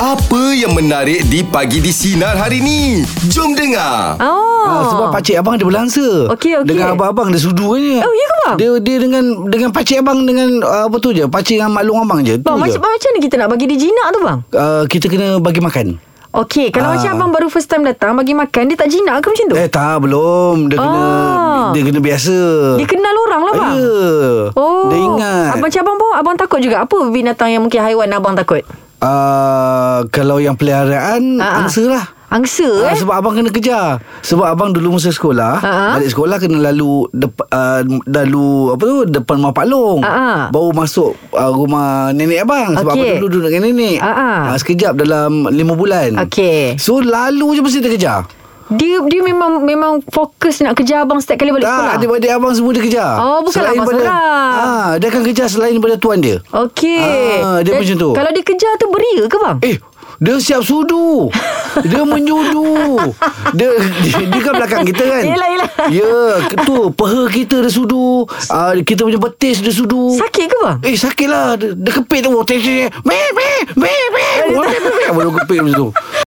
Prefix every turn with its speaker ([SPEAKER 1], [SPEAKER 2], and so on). [SPEAKER 1] Apa yang menarik di pagi di sinar hari ni? Jom dengar.
[SPEAKER 2] Oh.
[SPEAKER 3] Ah, sebab pakcik abang dia berlangsa.
[SPEAKER 2] Okey, okey.
[SPEAKER 3] Dengan abang-abang dia sudu
[SPEAKER 2] Oh, ya
[SPEAKER 3] je.
[SPEAKER 2] ke, bang?
[SPEAKER 3] Dia dia dengan dengan pakcik abang dengan uh, apa tu je, pakcik dengan maklum abang je. Tu
[SPEAKER 2] Bang,
[SPEAKER 3] je.
[SPEAKER 2] macam, macam mana kita nak bagi dia jinak tu bang?
[SPEAKER 3] Uh, kita kena bagi makan.
[SPEAKER 2] Okey, kalau
[SPEAKER 3] Ah.
[SPEAKER 2] macam abang baru first time datang bagi makan, dia tak jinak ke macam tu?
[SPEAKER 3] Eh tak belum Dia kena
[SPEAKER 2] Ah.
[SPEAKER 3] Dia kena biasa
[SPEAKER 2] Dia kenal orang lah bang.
[SPEAKER 3] Ya
[SPEAKER 2] Oh.
[SPEAKER 3] Dia ingat
[SPEAKER 2] Abang macam abang pun abang takut juga. Apa binatang yang mungkin haiwan abang takut?
[SPEAKER 3] uh, Kalau yang peliharaan
[SPEAKER 2] Ah, ah.
[SPEAKER 3] Angsa lah
[SPEAKER 2] Angsa
[SPEAKER 3] Ah,
[SPEAKER 2] eh?
[SPEAKER 3] sebab abang kena kejar Sebab abang dulu masa sekolah
[SPEAKER 2] Ah, ah.
[SPEAKER 3] Balik sekolah kena lalu dep- uh, Lalu Apa tu Depan rumah Pak Long
[SPEAKER 2] Ah, ah.
[SPEAKER 3] Baru masuk uh, rumah nenek abang Sebab
[SPEAKER 2] Okey.
[SPEAKER 3] abang dulu duduk dengan nenek
[SPEAKER 2] Ah, ah.
[SPEAKER 3] Ah, Sekejap dalam 5 bulan
[SPEAKER 2] Okey.
[SPEAKER 3] So lalu je mesti dia kejar
[SPEAKER 2] Dia dia memang memang fokus nak kejar abang setiap kali balik sekolah.
[SPEAKER 3] Tak adik-adik abang semua dia kejar
[SPEAKER 2] Oh, bukan
[SPEAKER 3] Selain
[SPEAKER 2] abang
[SPEAKER 3] pada-
[SPEAKER 2] seorang.
[SPEAKER 3] Ah, Dia akan kejar selain daripada tuan dia
[SPEAKER 2] Okey.
[SPEAKER 3] Ah, dia
[SPEAKER 2] Dan
[SPEAKER 3] macam tu.
[SPEAKER 2] Kalau dia kejar tu beria ke bang?
[SPEAKER 3] Eh dia siap sudu Dia menjudu Dia Dia, dia kan belakang kita kan
[SPEAKER 2] Yelah, yelah.
[SPEAKER 3] Ya Tu Peha kita dia sudu uh, Kita punya betis dia sudu
[SPEAKER 2] Sakit ke bang? Eh,
[SPEAKER 3] Eh sakit lah Dia, dia kepit tu Teng teng teng. Meh meh Meh meh Orang Meh meh Baru kepit macam tu